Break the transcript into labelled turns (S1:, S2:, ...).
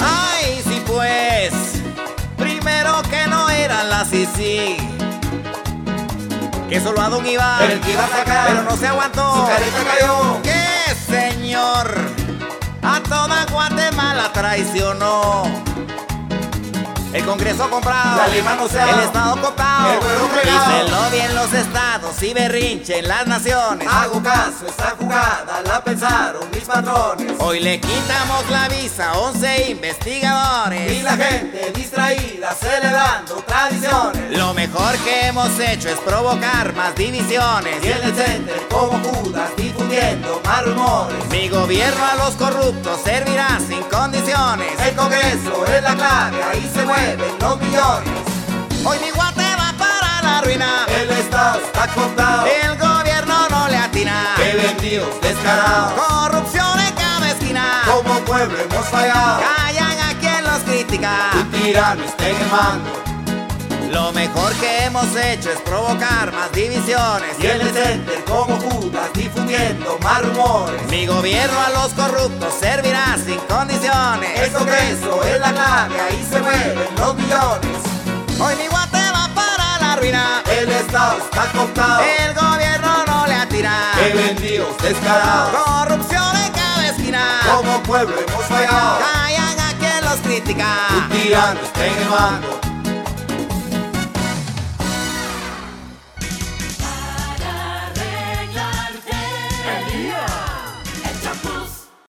S1: Ay, sí pues. Primero que no eran las Sisi. Que solo a Don Iván
S2: El que iba a sacar,
S1: pero no se aguantó.
S2: su carita cayó.
S1: ¡Qué señor! A toda Guatemala traicionó. El Congreso comprado,
S2: La lima anunciada,
S1: el Estado copado,
S2: el pueblo fregado.
S1: díselo bien los estados y berrinche en las naciones.
S2: Hago caso, esa jugada la pensaron mis patrones.
S1: Hoy le quitamos la visa a 11 investigadores.
S2: Y la gente distraída celebrando tradiciones.
S1: Lo mejor que hemos hecho es provocar más divisiones.
S2: Y en el center como Judas difundiendo más rumores.
S1: Mi gobierno a los corruptos servirá sin condiciones.
S2: El Congreso es la clave, ahí se mueven los millones.
S1: Hoy mi guate va para la ruina.
S2: El Estado está contado,
S1: El gobierno no le atina.
S2: que vendidos descarados.
S1: Corrupción en cada esquina.
S2: Como pueblo hemos fallado,
S1: Callan a quien los critica.
S2: un tirano está en el mando.
S1: Lo mejor que hemos hecho es provocar más divisiones.
S2: Y el center como Judas difundiendo más rumores.
S1: Mi gobierno a los corruptos servirá sin condiciones.
S2: El Congreso es la clave, ahí se mueven los millones.
S1: Hoy mi guate va para la ruina.
S2: El Estado está contado,
S1: El gobierno no le atira.
S2: que vendidos descarados.
S1: Corrupción en cada esquina.
S2: Como pueblo hemos fallado,
S1: Callan a quien los critica.
S2: un tirano está en el mando.